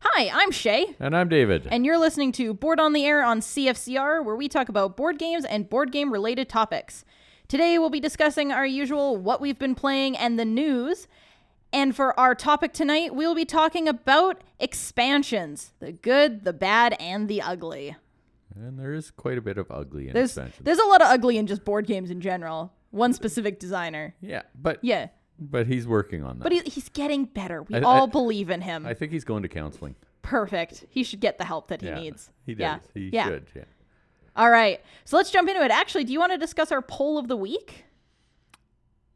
Hi, I'm Shay, And I'm David. and you're listening to Board on the Air on CFCR, where we talk about board games and board game related topics. Today, we'll be discussing our usual what we've been playing and the news. And for our topic tonight, we'll be talking about expansions the good, the bad, and the ugly. and there is quite a bit of ugly in There's, expansions. there's a lot of ugly in just board games in general. One specific designer. yeah, but Yeah. but he's working on that. But he, he's getting better. We I- all I- believe in him. I think he's going to counseling. Perfect. He should get the help that he yeah, needs. He does. Yeah. He yeah. should. Yeah. All right. So let's jump into it. Actually, do you want to discuss our poll of the week?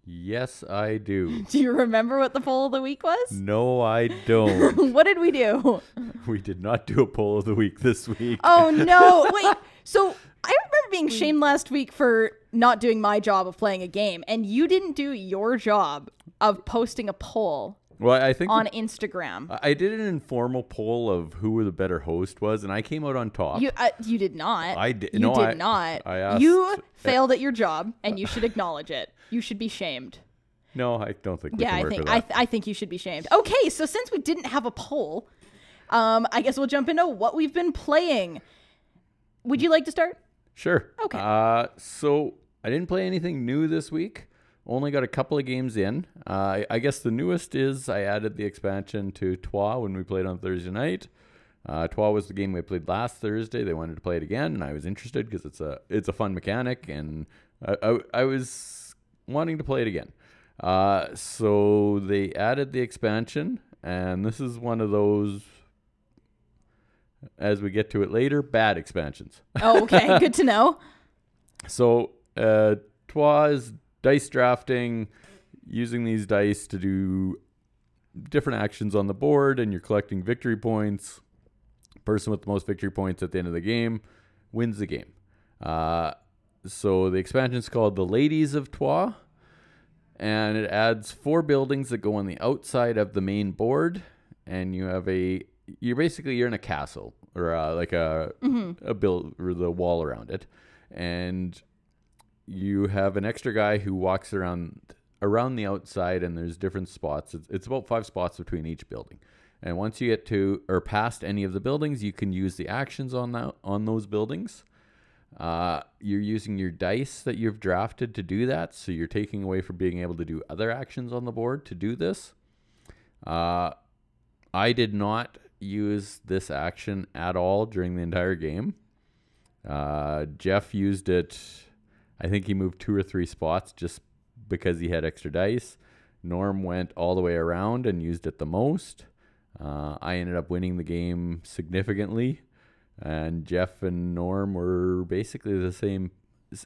Yes, I do. Do you remember what the poll of the week was? no, I don't. what did we do? we did not do a poll of the week this week. Oh no. Wait. So I remember being Hmm. shamed last week for not doing my job of playing a game and you didn't do your job of posting a poll well, I think on Instagram. I did an informal poll of who the better host was, and I came out on top. You uh, you did not. I di- You no, did I- not. I asked- uh, you failed at your job and you should acknowledge it. You should be shamed. no, I don't think we yeah, can I work think with I, that. th- I think you should be shamed. Okay, so since we didn't have a poll, um, I guess we'll jump into what we've been playing. Would you like to start? Sure. Okay. Uh, so I didn't play anything new this week. Only got a couple of games in. Uh, I, I guess the newest is I added the expansion to Twa when we played on Thursday night. Uh, Twa was the game we played last Thursday. They wanted to play it again, and I was interested because it's a it's a fun mechanic, and I, I, I was wanting to play it again. Uh, so they added the expansion, and this is one of those. As we get to it later, bad expansions. Oh, okay, good to know. So, uh, Twa is dice drafting, using these dice to do different actions on the board, and you're collecting victory points. Person with the most victory points at the end of the game wins the game. Uh, so, the expansion is called The Ladies of Twa, and it adds four buildings that go on the outside of the main board, and you have a you're basically you're in a castle or uh, like a a build or the wall around it, and you have an extra guy who walks around around the outside and there's different spots it's, it's about five spots between each building and once you get to or past any of the buildings you can use the actions on that on those buildings uh, you're using your dice that you've drafted to do that so you're taking away from being able to do other actions on the board to do this uh, i did not use this action at all during the entire game uh, Jeff used it. I think he moved two or three spots just because he had extra dice. Norm went all the way around and used it the most. Uh, I ended up winning the game significantly, and Jeff and Norm were basically the same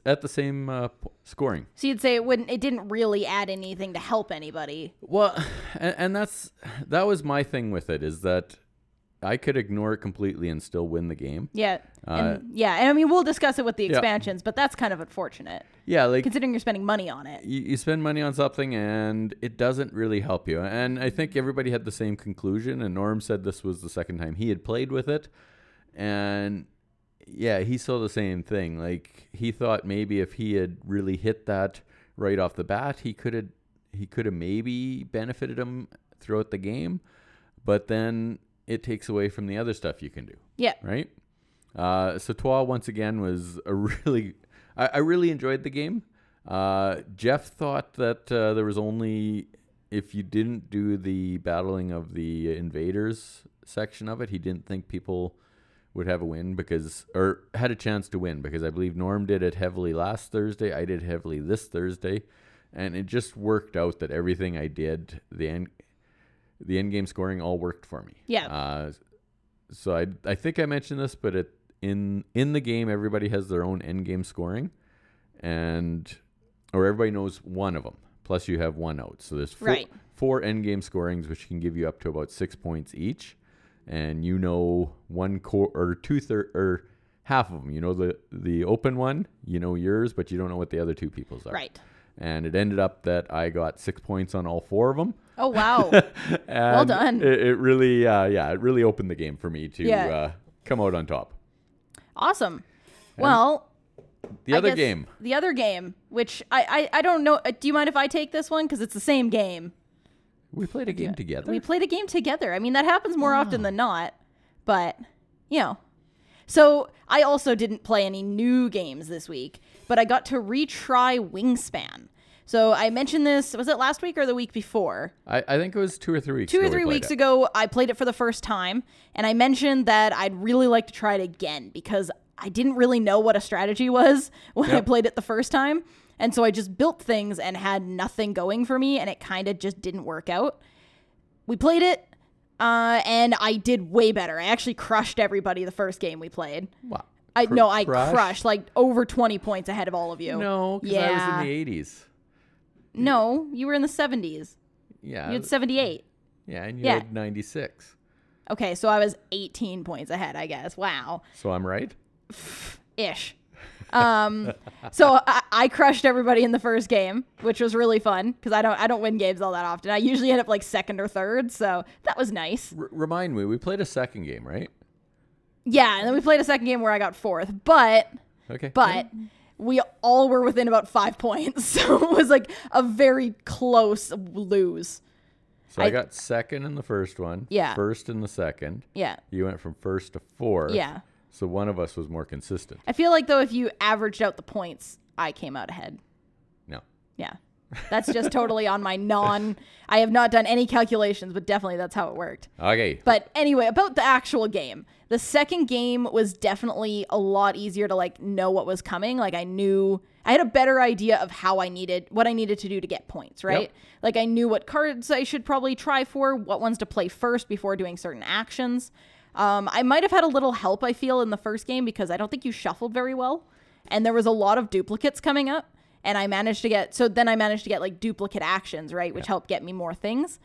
at the same uh, p- scoring. So you'd say it wouldn't it didn't really add anything to help anybody. Well, and, and that's that was my thing with it is that I could ignore it completely and still win the game. Yeah. Uh, and, yeah, and I mean we'll discuss it with the expansions, but that's kind of unfortunate Yeah, like considering you're spending money on it. you, you spend money on something and it doesn't really help you. And I think everybody had the same conclusion. And Norm said this was the second time he had played with it. And yeah, he saw the same thing. Like he thought maybe if he had really hit that right off the bat, he could have he could have maybe benefited him throughout the game. But then it takes away from the other stuff you can do Yeah. right? Uh, so Twa once again was a really, I, I really enjoyed the game. Uh, Jeff thought that uh, there was only if you didn't do the battling of the invaders section of it, he didn't think people would have a win because or had a chance to win because I believe Norm did it heavily last Thursday. I did heavily this Thursday, and it just worked out that everything I did the end. The end game scoring all worked for me. Yeah. Uh, so I I think I mentioned this, but it in in the game everybody has their own end game scoring, and or everybody knows one of them. Plus you have one out, so there's four, Right. four end game scorings, which can give you up to about six points each, and you know one core or two third or half of them. You know the the open one, you know yours, but you don't know what the other two people's are. Right. And it ended up that I got six points on all four of them. Oh wow. well done. It, it really, uh, yeah, it really opened the game for me to Yeah. uh, come out on top. awesome. Well, The I other guess game, The other game, which I, I, I don't know. uh, Do you mind if I take this one? Because it's the same game. we played a game together. We played a game together. I mean, that happens more often than not. But, you know. So I also didn't play any new games this week, but I got to retry Wingspan. So I mentioned this, was it last week or the week before? I, I think it was two or three weeks two ago or we three played weeks it. ago i played it for the first time and i mentioned that i'd really like to try it again because i didn't really know what a strategy was when i Yep. played it the first time and so i just built things and had nothing going for me and it kind of just didn't work out we played it uh, and i did way better i actually crushed everybody the first game we played Wow. i Cr- no i crushed? crushed like over 20 points ahead of all of you No, because I was in the eighties. no you were in the 70s Yeah. you had 78 yeah, and you yeah. had ninety six. okay so i was 18 points ahead i guess wow So I'm right? ish. Um, so I, I crushed everybody in the first game, which was really fun because I don't I don't win games all that often. I usually end up like second or third, so that was nice. R- remind me, we played a second game, right? Yeah, and then we played a second game where I got fourth, but Okay. but we all were within about five points, so it was like a very close lose. so I, I- got second in the first one. Yeah. First in the second. Yeah, You went from first to fourth. yeah. So one of us was more consistent. I feel like though if you averaged out the points, I came out ahead. No. Yeah. That's just totally on my non. I have not done any calculations, but definitely that's how it worked. Okay. But anyway, about the actual game. The second game was definitely a lot easier to like know what was coming. Like I knew I had a better idea of how I needed what I needed to do to get points, right? Yep. Like I knew what cards I should probably try for, what ones to play first before doing certain actions. Um, I might have had a little help, I feel, in the first game because I don't think you shuffled very well. And there was a lot of duplicates coming up. And I managed to get, so then I managed to get like duplicate actions, right? Which helped get me more things.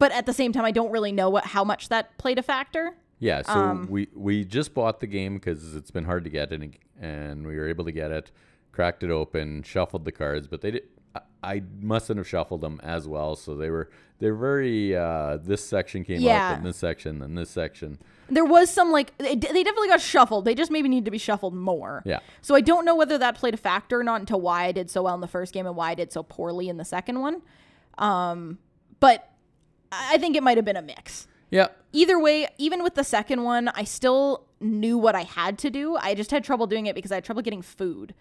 But at the same time, I don't really know what how much that played a factor. Yeah, so we we just bought the game because it's been hard to get, and and we were able to get it, cracked it open, shuffled the cards, but they did. I, I mustn't have shuffled them as well, so they were they're very. Uh, this section came Yeah. up, then this section, then this section. There was some like they they definitely got shuffled. They just maybe need to be shuffled more. Yeah. So I don't know whether that played a factor or not into why I did so well in the first game and why I did so poorly in the second one. Um, but I I think it might have been a mix. Yeah, Either way, even with the second one, I still knew what I had to do. I just had trouble doing it because I had trouble getting food.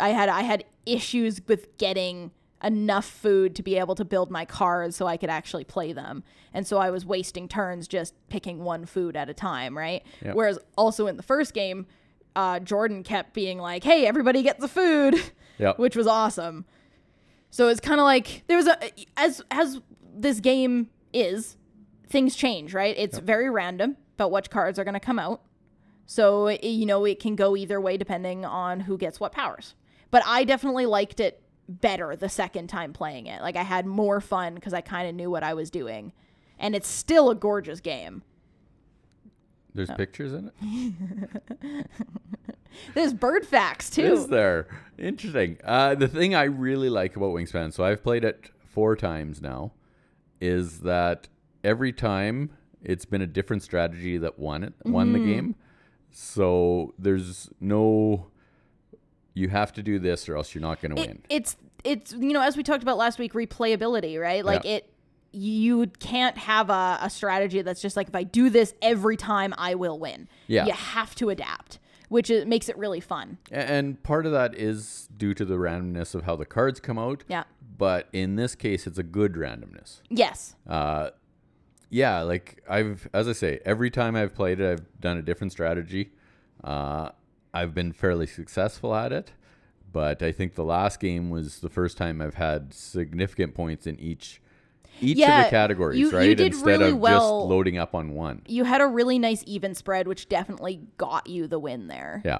I had I had issues with getting enough food to be able to build my cards so I could actually play them. And so I was wasting turns just picking one food at a time, right? Yep. Whereas also in the first game, uh, Jordan kept being like, "Hey, everybody gets the food," yeah. which was awesome. So it's kind of like there was a as as this game is, things change, right? It's very random about which cards are going to come out. So i you know it can go either way depending on who gets what powers. But I definitely liked it better the second time playing it. Like I had more fun because I kind of knew what I was doing, and it's still a gorgeous game. There's pictures in it. There's bird facts too. Is there interesting? Uh, the thing I really like about Wingspan, so I've played it four times now, is that every time it's been a different strategy that won it, won the Mm-hmm. game. So there's no, you have to do this or else you're not going to it, win. it's it's you know as we talked about last week replayability right like Yeah. it you can't have a, a strategy that's just like if i do this every time i will win Yeah. you have to adapt which is, makes it really fun A- And part of that is due to the randomness of how the cards come out. Yeah. But in this case, it's a good randomness. yes uh yeah like i've as i say every time i've played it i've done a different strategy uh i've been fairly successful at it but i think the last game was the first time i've had significant points in each each of Yeah, the categories you- you right did instead really of well- just loading up on one you had a really nice even spread which definitely got you the win there yeah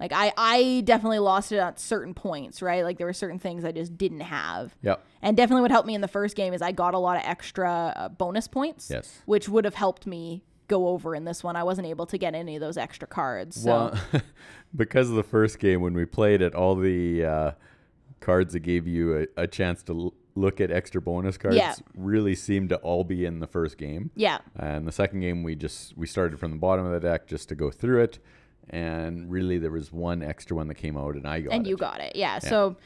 like i i definitely lost it at certain points right like there were certain things i just didn't have yep and definitely what helped me in the first game is I got a lot of extra uh, bonus points, Yes. which would have helped me go over in this one. I wasn't able to get any of those extra cards. So Well, because of the first game when we played it, all the uh, cards that gave you a, a chance to l- look at extra bonus cards Yeah. really seemed to all be in the first game. yeah, And the second game, we just we started from the bottom of the deck just to go through it, and really there was one extra one that came out, and I got and it. you got it. Yeah. So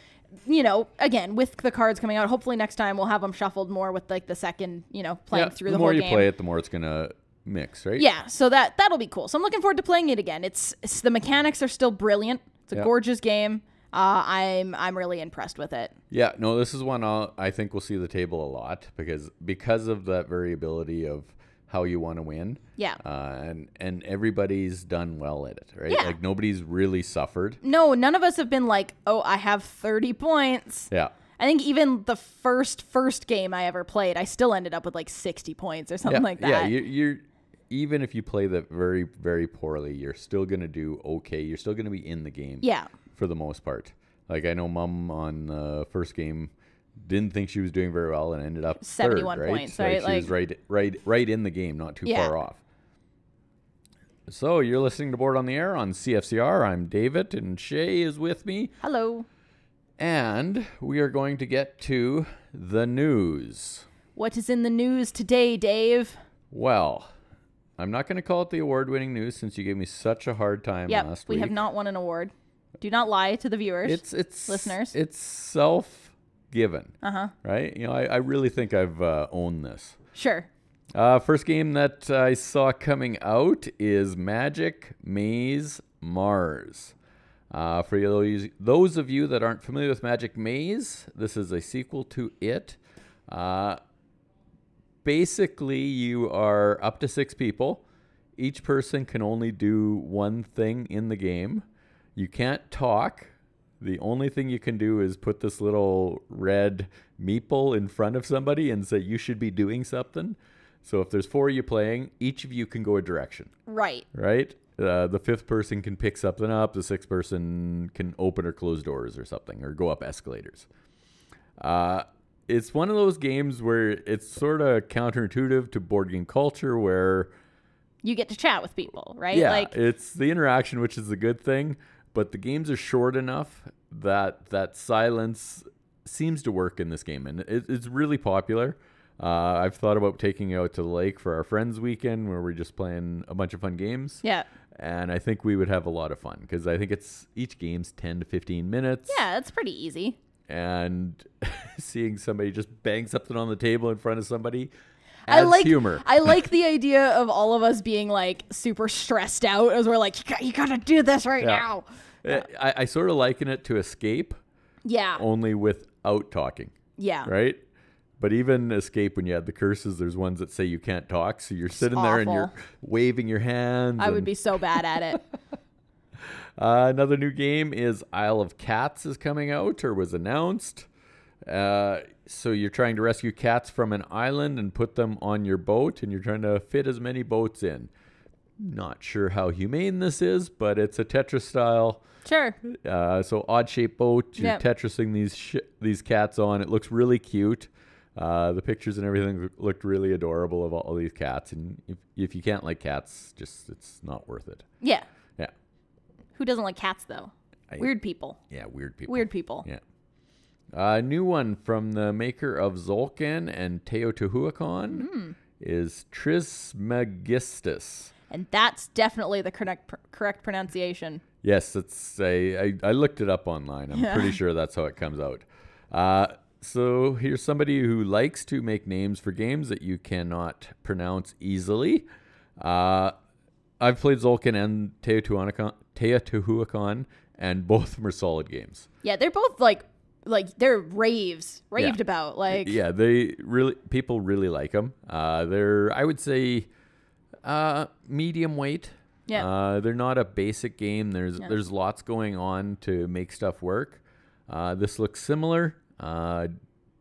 you know, again, with the cards coming out, hopefully next time we'll have them shuffled more with like the second, you know, playing Yeah, through the, the, more whole you game. play it, the more it's gonna mix, right? Yeah, so that that'll be cool. So I'm looking forward to playing it again. It's, it's the mechanics are still brilliant. It's a Yeah. gorgeous game. Uh, I'm I'm really impressed with it. Yeah, no, this is one I'll, I think we'll see the table a lot because because of that variability of how you want to win. Yeah. Uh, and and everybody's done well at it, right? Yeah. Like nobody's really suffered. No, none of us have been like, oh, I have 30 points. Yeah. I think even the first first game I ever played, I still ended up with like 60 points or Yeah, something like that. yeah, you, you're even if you play that very very poorly, you're still gonna do okay. You're still gonna be in the game. Yeah. for the most part. Like I know mom on the first game didn't think she was doing very well and ended up 71 third, right? points, right? Like she was right right right in the game, not too Yeah. far off. So you're listening to Board on the Air on CFCR. I'm David and Shay is with me. Hello. And we are going to get to the news. What is in the news today, Dave? Well, I'm not going to call it the award winning news since you gave me such a hard time Yep, last we week. have not won an award. Do not lie to the viewers. it's it's listeners. It's self given. uh huh. right? You know, I, I really think I've uh, owned this. Sure. Uh, first game that I saw coming out is Magic Maze Mars. Uh, for those, those of you that aren't familiar with Magic Maze, this is a sequel to it. Uh, basically, you are up to six people. Each person can only do one thing in the game. You can't talk. The only thing you can do is put this little red meeple in front of somebody and say, You should be doing something. So if there's four of you playing, each of you can go a direction, Right. right? Uh, the fifth person can pick something up. The sixth person can open or close doors or something or go up escalators. Uh, it's one of those games where it's sort of counterintuitive to board game culture where You get to chat with people, right? yeah, like it's the interaction which is the good thing, but the games are short enough that that silence seems to work in this game, and it, it's really popular. Uh, I've thought about taking it out to the lake for our friends' weekend, where we're just playing a bunch of fun games. yeah. And I think we would have a lot of fun because I think it's each game's ten to fifteen minutes. Yeah, it's pretty easy. And seeing somebody just bang something on the table in front of somebody I adds like humor. I like the idea of all of us being like super stressed out as we're like, you, got, you gotta do this right Yeah. now. I, Eh, I, I sort of liken it to escape, Yeah. only without talking. yeah. Oh, right? But even escape when you had the curses, there's ones that say you can't talk. So you're sitting there and you're awful. waving your hands. I would and- be so bad at it. Uh, another new game is Isle of Cats is coming out or was announced. Uh, so you're trying to rescue cats from an island and put them on your boat, and you're trying to fit as many boats in. Not sure how humane this is, but it's a Tetris style. Sure. Uh, so odd shaped boat. You're Yep. Tetrising these sh- these cats on. It looks really cute. Uh, the pictures and everything look- looked really adorable of all, all these cats. And if, if you can't like cats, just it's not worth it. Yeah. Yeah, Who doesn't like cats though? I- Weird people. yeah, weird people. Weird people. Yeah. A new one from the maker of Zolkin and Teotihuacan Hmm. is Trismegistus. And that's definitely the correct pr- correct pronunciation. Yes, it's a. I, I looked it up online. I'm Yeah. pretty sure that's how it comes out. Uh, so here's somebody who likes to make names for games that you cannot pronounce easily. Uh, I've played Zolkin and Teotihuacan, Teotihuacan, and both of them are solid games. Yeah, they're both like like they're raves, raved about. Like Yeah, they really people really like them. Uh, they're I would say uh, medium weight. Yeah. Uh, they're not a basic game. There's there's lots going on to make stuff work. Uh, this looks similar. Uh,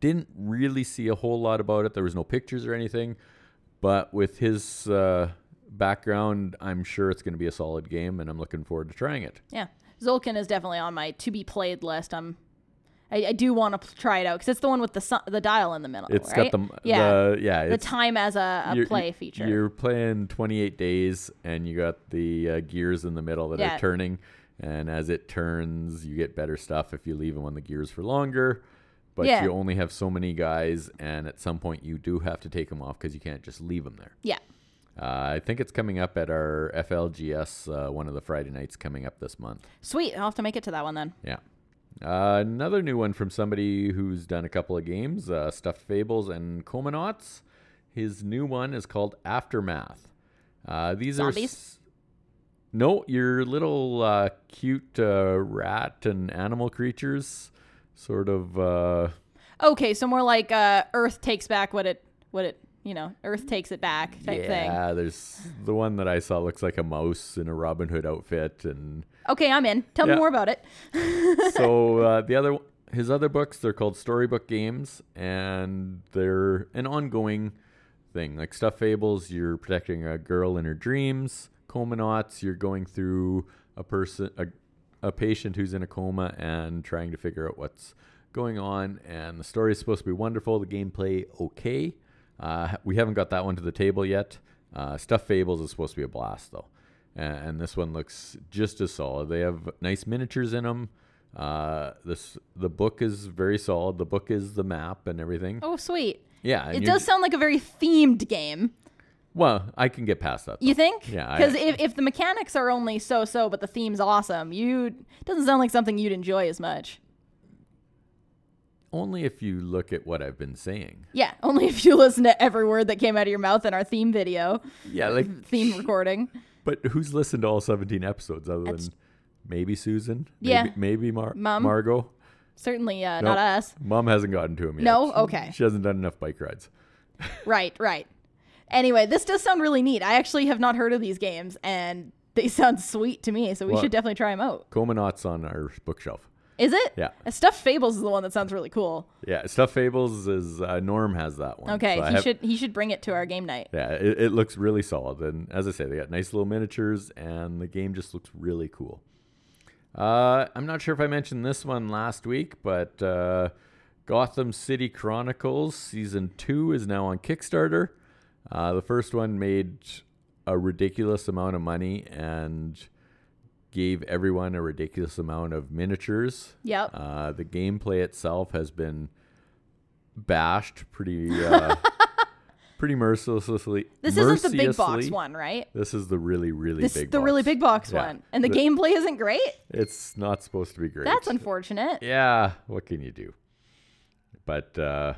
didn't really see a whole lot about it. There was no pictures or anything, but with his uh, background, I'm sure it's going to be a solid game, and I'm looking forward to trying it. Yeah, Zolkin is definitely on my to be played list. I'm, I, I do want to try it out because it's the one with the su- the dial in the middle. It's right? got the yeah the, yeah the it's, time as a, a you're- play you- feature. You're playing 28 days, and you got the uh, gears in the middle that Yeah. are turning. And as it turns, you get better stuff if you leave them on the gears for longer. But Yeah. you only have so many guys, and at some point, you do have to take them off because you can't just leave them there. yeah, Uh, I think it's coming up at our FLGS, uh, one of the Friday nights coming up this month. sweet. I'll have to make it to that one then. Yeah. Uh, another new one from somebody who's done a couple of games, uh, Stuffed Fables and Comanauts. His new one is called Aftermath. Uh, these are Zombies? s- no, your little uh, cute uh, rat and animal creatures, sort of. Uh, Okay, so more like uh, Earth takes back what it what it you know Earth takes it back type thing. yeah, there's the one that I saw looks like a mouse in a Robin Hood outfit, and Okay, I'm in. Tell Yeah. me more about it. so uh, the other his other books they're called storybook games, and they're an ongoing thing like stuff fables. You're protecting a girl in her dreams. Comanauts, you're going through a person a, a patient who's in a coma and trying to figure out what's going on. And the story is supposed to be wonderful. The gameplay okay. Uh, we haven't got that one to the table yet. Uh, Stuff Fables is supposed to be a blast though, A- and, this one looks just as solid. They have nice miniatures in them. Uh, this the book is very solid. The book is the map and everything. Oh, sweet. yeah, and It you're- does sound like a very themed game. Well, I can get past that. You though. think? Yeah, I- Because if, if the mechanics are only so so, but the theme's awesome, you doesn't sound like something you'd enjoy as much. Only if you look at what I've been saying. Yeah, only if you listen to every word that came out of your mouth in our theme video, Yeah, like theme recording. But who's listened to all 17 episodes other That's- than maybe Susan? Yeah. Maybe, maybe Mar- Mum. Margot? Certainly uh, Nope. not us. Mom hasn't gotten to him yet. No? She- Okay. She hasn't done enough bike rides. Right, right. Anyway, this does sound really neat. I actually have not heard of these games, and they sound sweet to me. So we Well- should definitely try them out. Comanauts on our bookshelf. Is it? Yeah. Uh, Stuffed Fables is the one that sounds really cool. Yeah. Stuff Fables is uh, Norm has that one. Okay, So I he have- should he should bring it to our game night. Yeah, it, it looks really solid. And as I say, they got nice little miniatures, and the game just looks really cool. Uh, I'm not sure if I mentioned this one last week, but uh, Gotham City Chronicles Season 2 is now on Kickstarter. Uh, the first one made a ridiculous amount of money and gave everyone a ridiculous amount of miniatures. Yep. Uh, the gameplay itself has been bashed pretty uh, pretty mercilessly. This isn't the big box mercilessly. one, right? This is the really really This big the box. really big box Yeah. one, and the, The- gameplay isn't great. It's not supposed to be great. That's unfortunate. yeah. What can you do? But uh,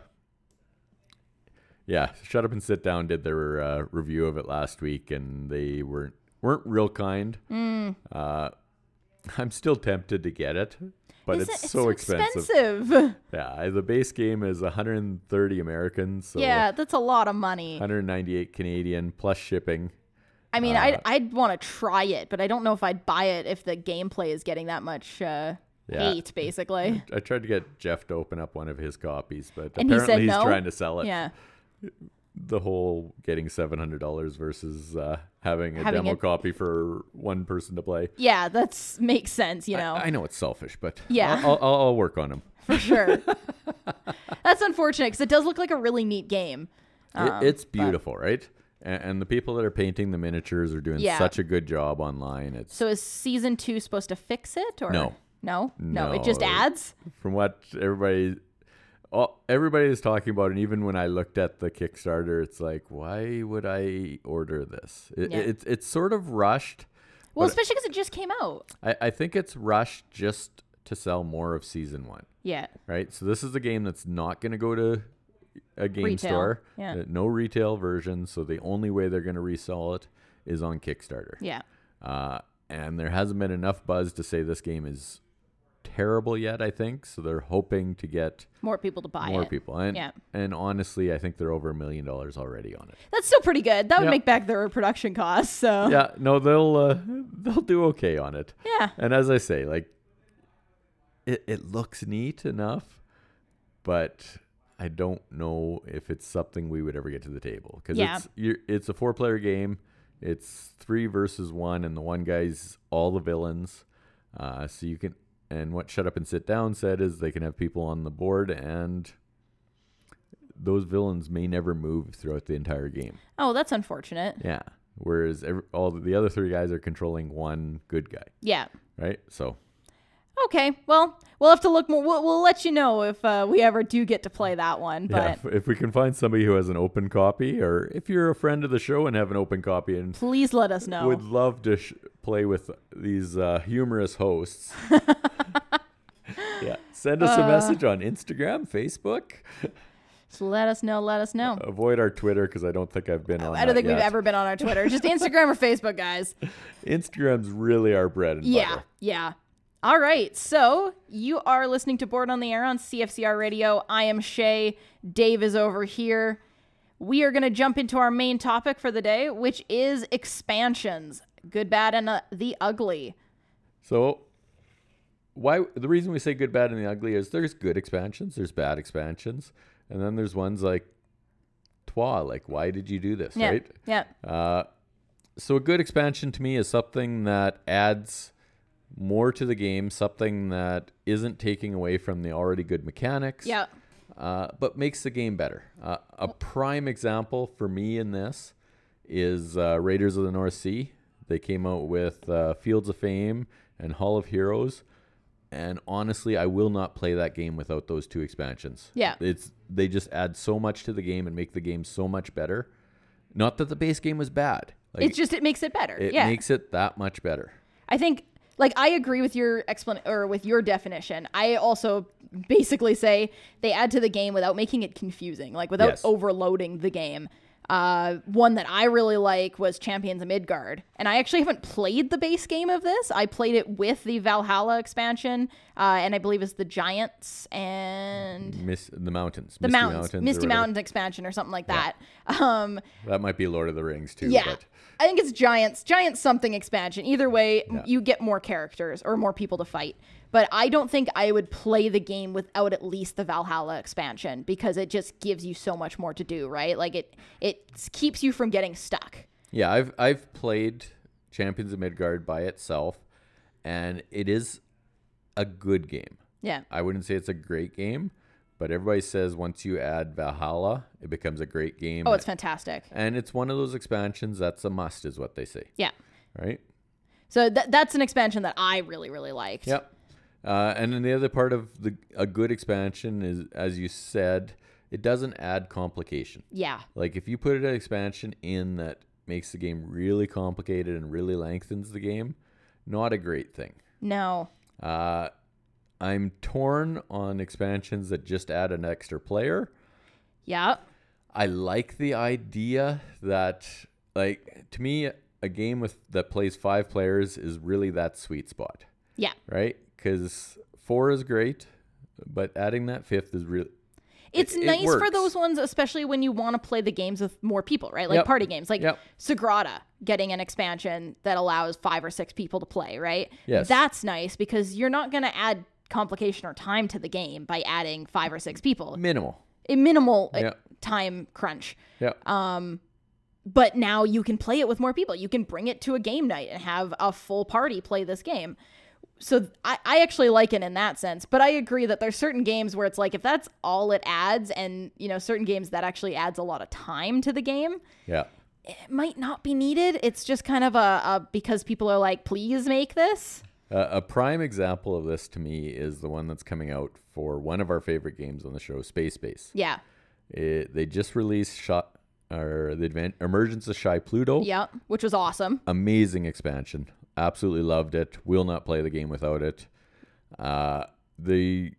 yeah, shut up and sit down. Did their uh, review of it last week, and they weren't weren't real kind. Mm. Uh, I'm still tempted to get it, but Isn't- it's, so expensive. expensive. Yeah, I- the base game is 130 American, so yeah, that's a lot of money. 198 Canadian plus shipping. I mean, I'd, I'd want to try it, but I don't know if I'd buy it if the gameplay is getting that much uh, Yeah. hate, basically. I tried to get Jeff to open up one of his copies, but And he said apparently he's no? trying to sell it. yeah. The whole getting $700 versus uh, having a Having demo it- copy for one person to play. Yeah, that's makes sense, you know, I, I know it's selfish, but Yeah. I'll, I'll, I'll work on him. for sure. that's unfortunate because it does look like a really neat game. Um, it, it's beautiful, right? And, and the people that are painting the miniatures are doing Yeah. such a good job online. It's So is season two supposed to fix it or No. No, no, it just No. adds. from what everybody all, everybody is talking about and even when i looked at the kickstarter it's like why would i order this it, Yeah. it's it's sort of rushed Well, But- especially because it just came out. I, I think it's rushed just to sell more of season one Yeah, right so this is a game that's not going to go to a game Retail, store yeah. Uh, no retail version so the only way they're going to resell it is on kickstarter yeah, uh, and there hasn't been enough buzz to say this game is terrible yet i think so they're hoping to get more people to buy more it. people. And uh, Yeah. and honestly, I think they're over a million dollars already on it. That's still pretty good. That would Yeah. make back their production costs. So Yeah, no, they'll uh, they'll do okay on it. yeah. And as I say, like it it looks neat enough, but I don't know if it's something we would ever get to the table because Yeah. it's you're, it's a four player game. It's three versus one, and the one guy's all the villains. Uh, so you can and what shut up and sit down said is they can have people on the board and those villains may never move throughout the entire game. Oh, that's unfortunate. Yeah. Whereas every, all the other three guys are controlling one good guy, Yeah. right? So Okay. Well, we'll have to look more. We'll, we'll let you know if uh, we ever do get to play that one. But yeah, if, if we can find somebody who has an open copy, or if you're a friend of the show and have an open copy and please let us know. would love to sh- play with these uh, humorous hosts, Uh. yeah, send us a message on Instagram, Facebook. So let us know. Let us know. Avoid our Twitter because I don't think I've been on. I that don't think Uh, yet. we've ever been on our Twitter. Just Instagram or Facebook, guys. Instagram's really our bread and Yeah. butter. Yeah. All right. So you are listening to Board on the Air on CFCR Radio. I am Shay. Dave is over here. We are going to jump into our main topic for the day, which is expansions good, bad, and uh, the ugly. So, why the reason we say good, bad, and the ugly is there's good expansions, there's bad expansions, and then there's ones like Twa, like why did you do this, Yeah. right? Yeah. Uh, so a good expansion to me is something that adds more to the game, something that isn't taking away from the already good mechanics. Yeah. uh, but makes the game better. Uh, a prime example for me in this is uh, Raiders of the North Sea. They came out with uh, Fields of Fame and Hall of Heroes, and honestly, I will not play that game without those two expansions. Yeah. it's they just add so much to the game and make the game so much better. Not that the base game was bad. Like, it's just, it makes it better. it yeah. makes it that much better. I think like I agree with your explan or with your definition. I also basically say they add to the game without making it confusing, like without Yes. overloading the game. Uh, one that I really like was Champions of Midgard, and I actually haven't played the base game of this. I played it with the Valhalla expansion, uh, and I believe it's the Giants and Miss the mountains, the Mm, Misty Mountains, or Misty whatever. Mountains expansion or something like that. Um, That might be Lord of the Rings too. yeah. but I think it's Giants, Giants something expansion. Either way, m you get more characters or more people to fight. But I don't think I would play the game without at least the Valhalla expansion because it just gives you so much more to do, right? Like it it s- keeps you from getting stuck. Yeah, I've I've played Champions of Midgard by itself, and it is a good game. Yeah. I wouldn't say it's a great game, but everybody says once you add Valhalla, it becomes a great game. Oh, it's fantastic. and it's one of those expansions that's a must, is what they say, Yeah. right? So th- that's an expansion that I really really liked. Yep. Uh, and then the other part of the a good expansion is, as you said, it doesn't add complication. Yeah. Like if you put an expansion in that makes the game really complicated and really lengthens the game, not a great thing. No. Uh, I'm torn on expansions that just add an extra player. Yeah. I like the idea that like to me a game with that plays 5 players is really that sweet spot, Yeah. right? Cuz 4 is great, but adding that 5th is really It's It- it nice for works. those ones, especially when you want to play the games with more people, right? Like Yep. party games, like Yep. Sagrada getting an expansion that allows five or six people to play, right? Yes. That's nice because you're not going to add complication or time to the game by adding five or six people. minimal. A minimal uh, Mm. Yep. time crunch. Yeah. But now you can play it with more people. You can bring it to a game night and have a full party play this game. So th- I, I actually like it in that sense, but I agree that there's certain games where it's like if that's all it adds, and you know certain games that actually adds a lot of time to the game, yeah. it might not be needed. It's just kind of a, a because people are like, please make this. Uh, a prime example of this to me is the one that's coming out for one of our favorite games on the show, Space Base. Yeah. It, they just released shot or the Advan Emergence of Shy Pluto. Yeah. Which was awesome. Amazing expansion. Absolutely loved it. Will not play the game without it. Uh, the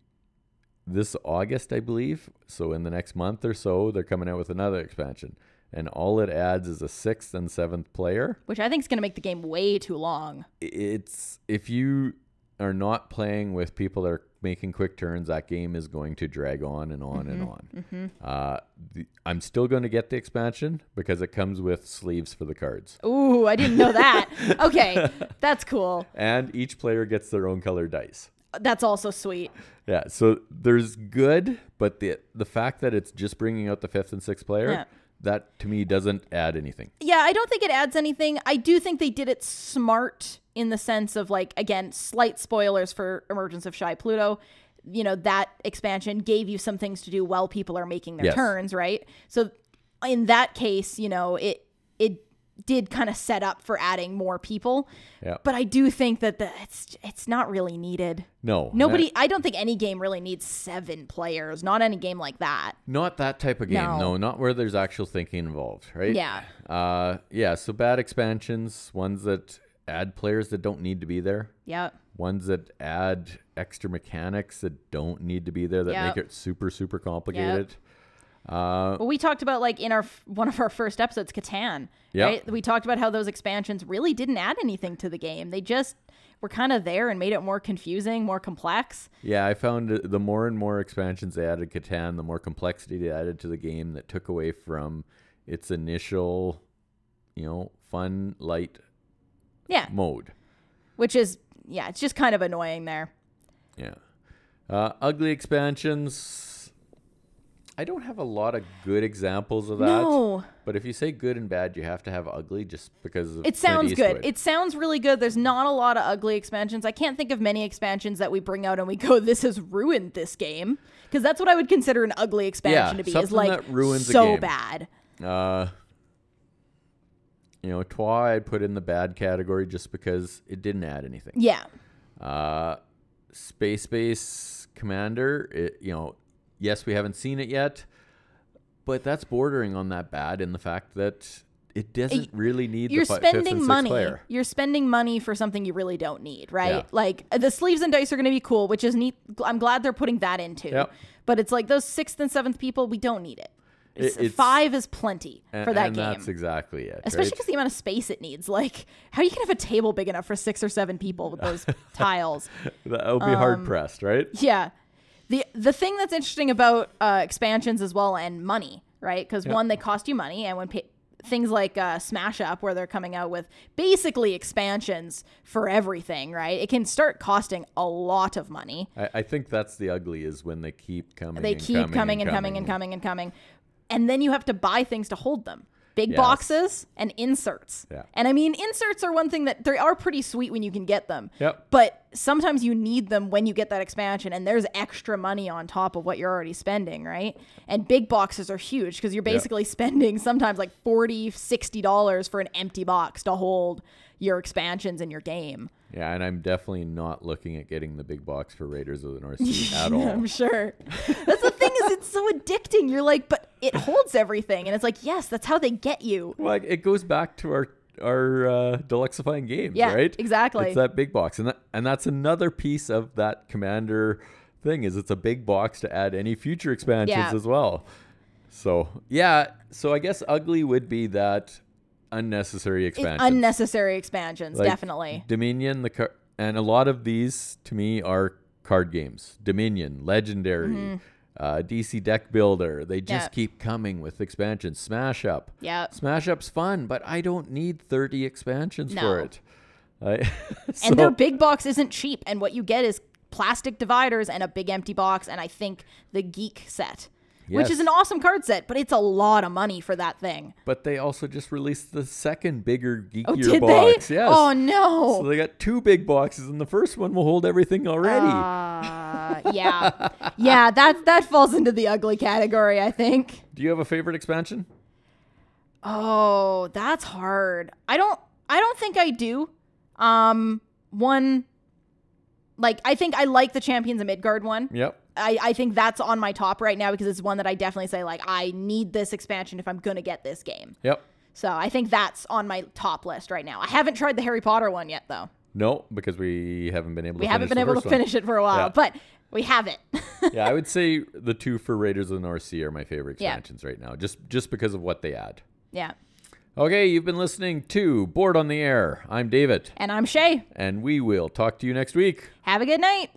this August, I believe, so in the next month or so, they're coming out with another expansion, and all it adds is a sixth and seventh player. Which I think is going to make the game way too long. it's if you are not playing with people that are making quick turns, that game is going to drag on and on Mm-hmm. and on. Uh, the, I'm still going to get the expansion because it comes with sleeves for the cards, Ooh, I didn't know that. okay. That's cool. and each player gets their own colored dice. That's also sweet. Yeah, so there's good, but the the fact that it's just bringing out the fifth and sixth player, Yeah. that to me doesn't add anything. Yeah, I don't think it adds anything. I do think they did it smart in the sense of like again, slight spoilers for Emergence of Shy Pluto. You know, that expansion gave you some things to do while people are making their Yes. turns, right? So in that case, you know, it it did kind of set up for adding more people. Yeah. But I do think that the, it's it's not really needed. No, and Nobody I don't think any game really needs 7 players, not any game like that. Not that type of game, No. no. Not where there's actual thinking involved, right? Yeah. Uh, yeah. So bad expansions, ones that add players that don't need to be there, Yeah. ones that add extra mechanics that don't need to be there that Yep. make it super super complicated. Uh, Well, we talked about like in our f- one of our first episodes, Catan. Yeah. Right? We talked about how those expansions really didn't add anything to the game. They just were kind of there and made it more confusing, more complex. yeah, I found it- the more and more expansions they added Catan, the more complexity they added to the game that took away from its initial, you know, fun, light Yeah, mode. which is yeah, it's just kind of annoying there. Yeah. Uh, ugly expansions. I don't have a lot of good examples of that. No. But if you say good and bad, you have to have ugly just because of It Clint sounds good. Eastwood. It sounds really good. There's not a lot of ugly expansions. I can't think of many expansions that we bring out and we go, "This has ruined this game," because that's what I would consider an ugly expansion to be. Is something like that ruins a so game. bad. Uh, you know, Twa I'd put in the bad category just because it didn't add anything. Yeah, Uh, Space Base Commander, it, you know, yes, we haven't seen it yet, but that's bordering on that bad in the fact that it doesn't It- really need you're the fi- fifth and spending sixth money. player. You're spending money for something you really don't need, right? Yeah. Like uh, the sleeves and dice are going to be cool, which is neat. Gl- I'm glad they're putting that into. Yep. But it's like those sixth and seventh people, we don't need it. It- S- it's- Five is plenty A- for that and game. That's exactly it. Especially right? because the amount of space it needs. Like, how you can have a table big enough for six or seven people with those tiles? that'll be hard um, pressed, right? Yeah. The the thing that's interesting about uh, expansions as well and money, right? Because one, they cost you money, and when pa things like uh, Smash Up, where they're coming out with basically expansions for everything, right? It can start costing a lot of money. I, I think that's the ugly is when they keep coming. They and keep coming, and coming and coming and coming, and then you have to buy things to hold them. Big Yes. boxes and inserts. Yeah. And I mean, inserts are one thing that they are pretty sweet when you can get them. Yep. But sometimes you need them when you get that expansion, and there's extra money on top of what you're already spending, right? And big boxes are huge because you're basically spending sometimes like 40 $60 for an empty box to hold your expansions in your game. Yeah, and I'm definitely not looking at getting the big box for Raiders of the North Sea at all. I'm sure. That's the thing is it's so addicting. You're like, but it holds everything, and it's like, yes, that's how they get you. Well, like, it goes back to our our uh, deluxifying games, Yeah, right? exactly. It's that big box, and that, and that's another piece of that commander thing is it's a big box to add any future expansions Yeah. as well. So yeah, so I guess ugly would be that unnecessary expansion. Unnecessary expansions, Like, definitely. Dominion, the car- and a lot of these to me are card games. Dominion, Legendary, Mm-hmm. uh, DC Deck Builder. They just Yeah. keep coming with expansions. Smash Up. Yeah. Smash Up's fun, but I don't need 30 expansions for No. it. I, so, and their big box isn't cheap and what you get is plastic dividers and a big empty box and i think the geek set which Yes. is an awesome card set but it's a lot of money for that thing but they also just released the second bigger, geekier oh did box. they Yes. oh no So they got two big boxes, and the first one will hold everything already. Uh, yeah yeah that that falls into the ugly category i think Do you have a favorite expansion? oh that's hard i don't i don't think i do um one like i think i like the champions of midgard one Yep. I, I think that's on my top right now because it's one that I definitely say like I need this expansion if I'm gonna get this game. Yep. So I think that's on my top list right now. I haven't tried the Harry Potter one yet though. No, because we haven't been able We to haven't finish been the able to first one. finish it for a while, Yeah. but we have it. yeah, I would say the two for Raiders of the North Sea are my favorite Yeah. expansions right now, just just because of what they add. yeah. Okay, you've been listening to Board on the Air. I'm David, And I'm Shay. and we will talk to you next week. Have a good night.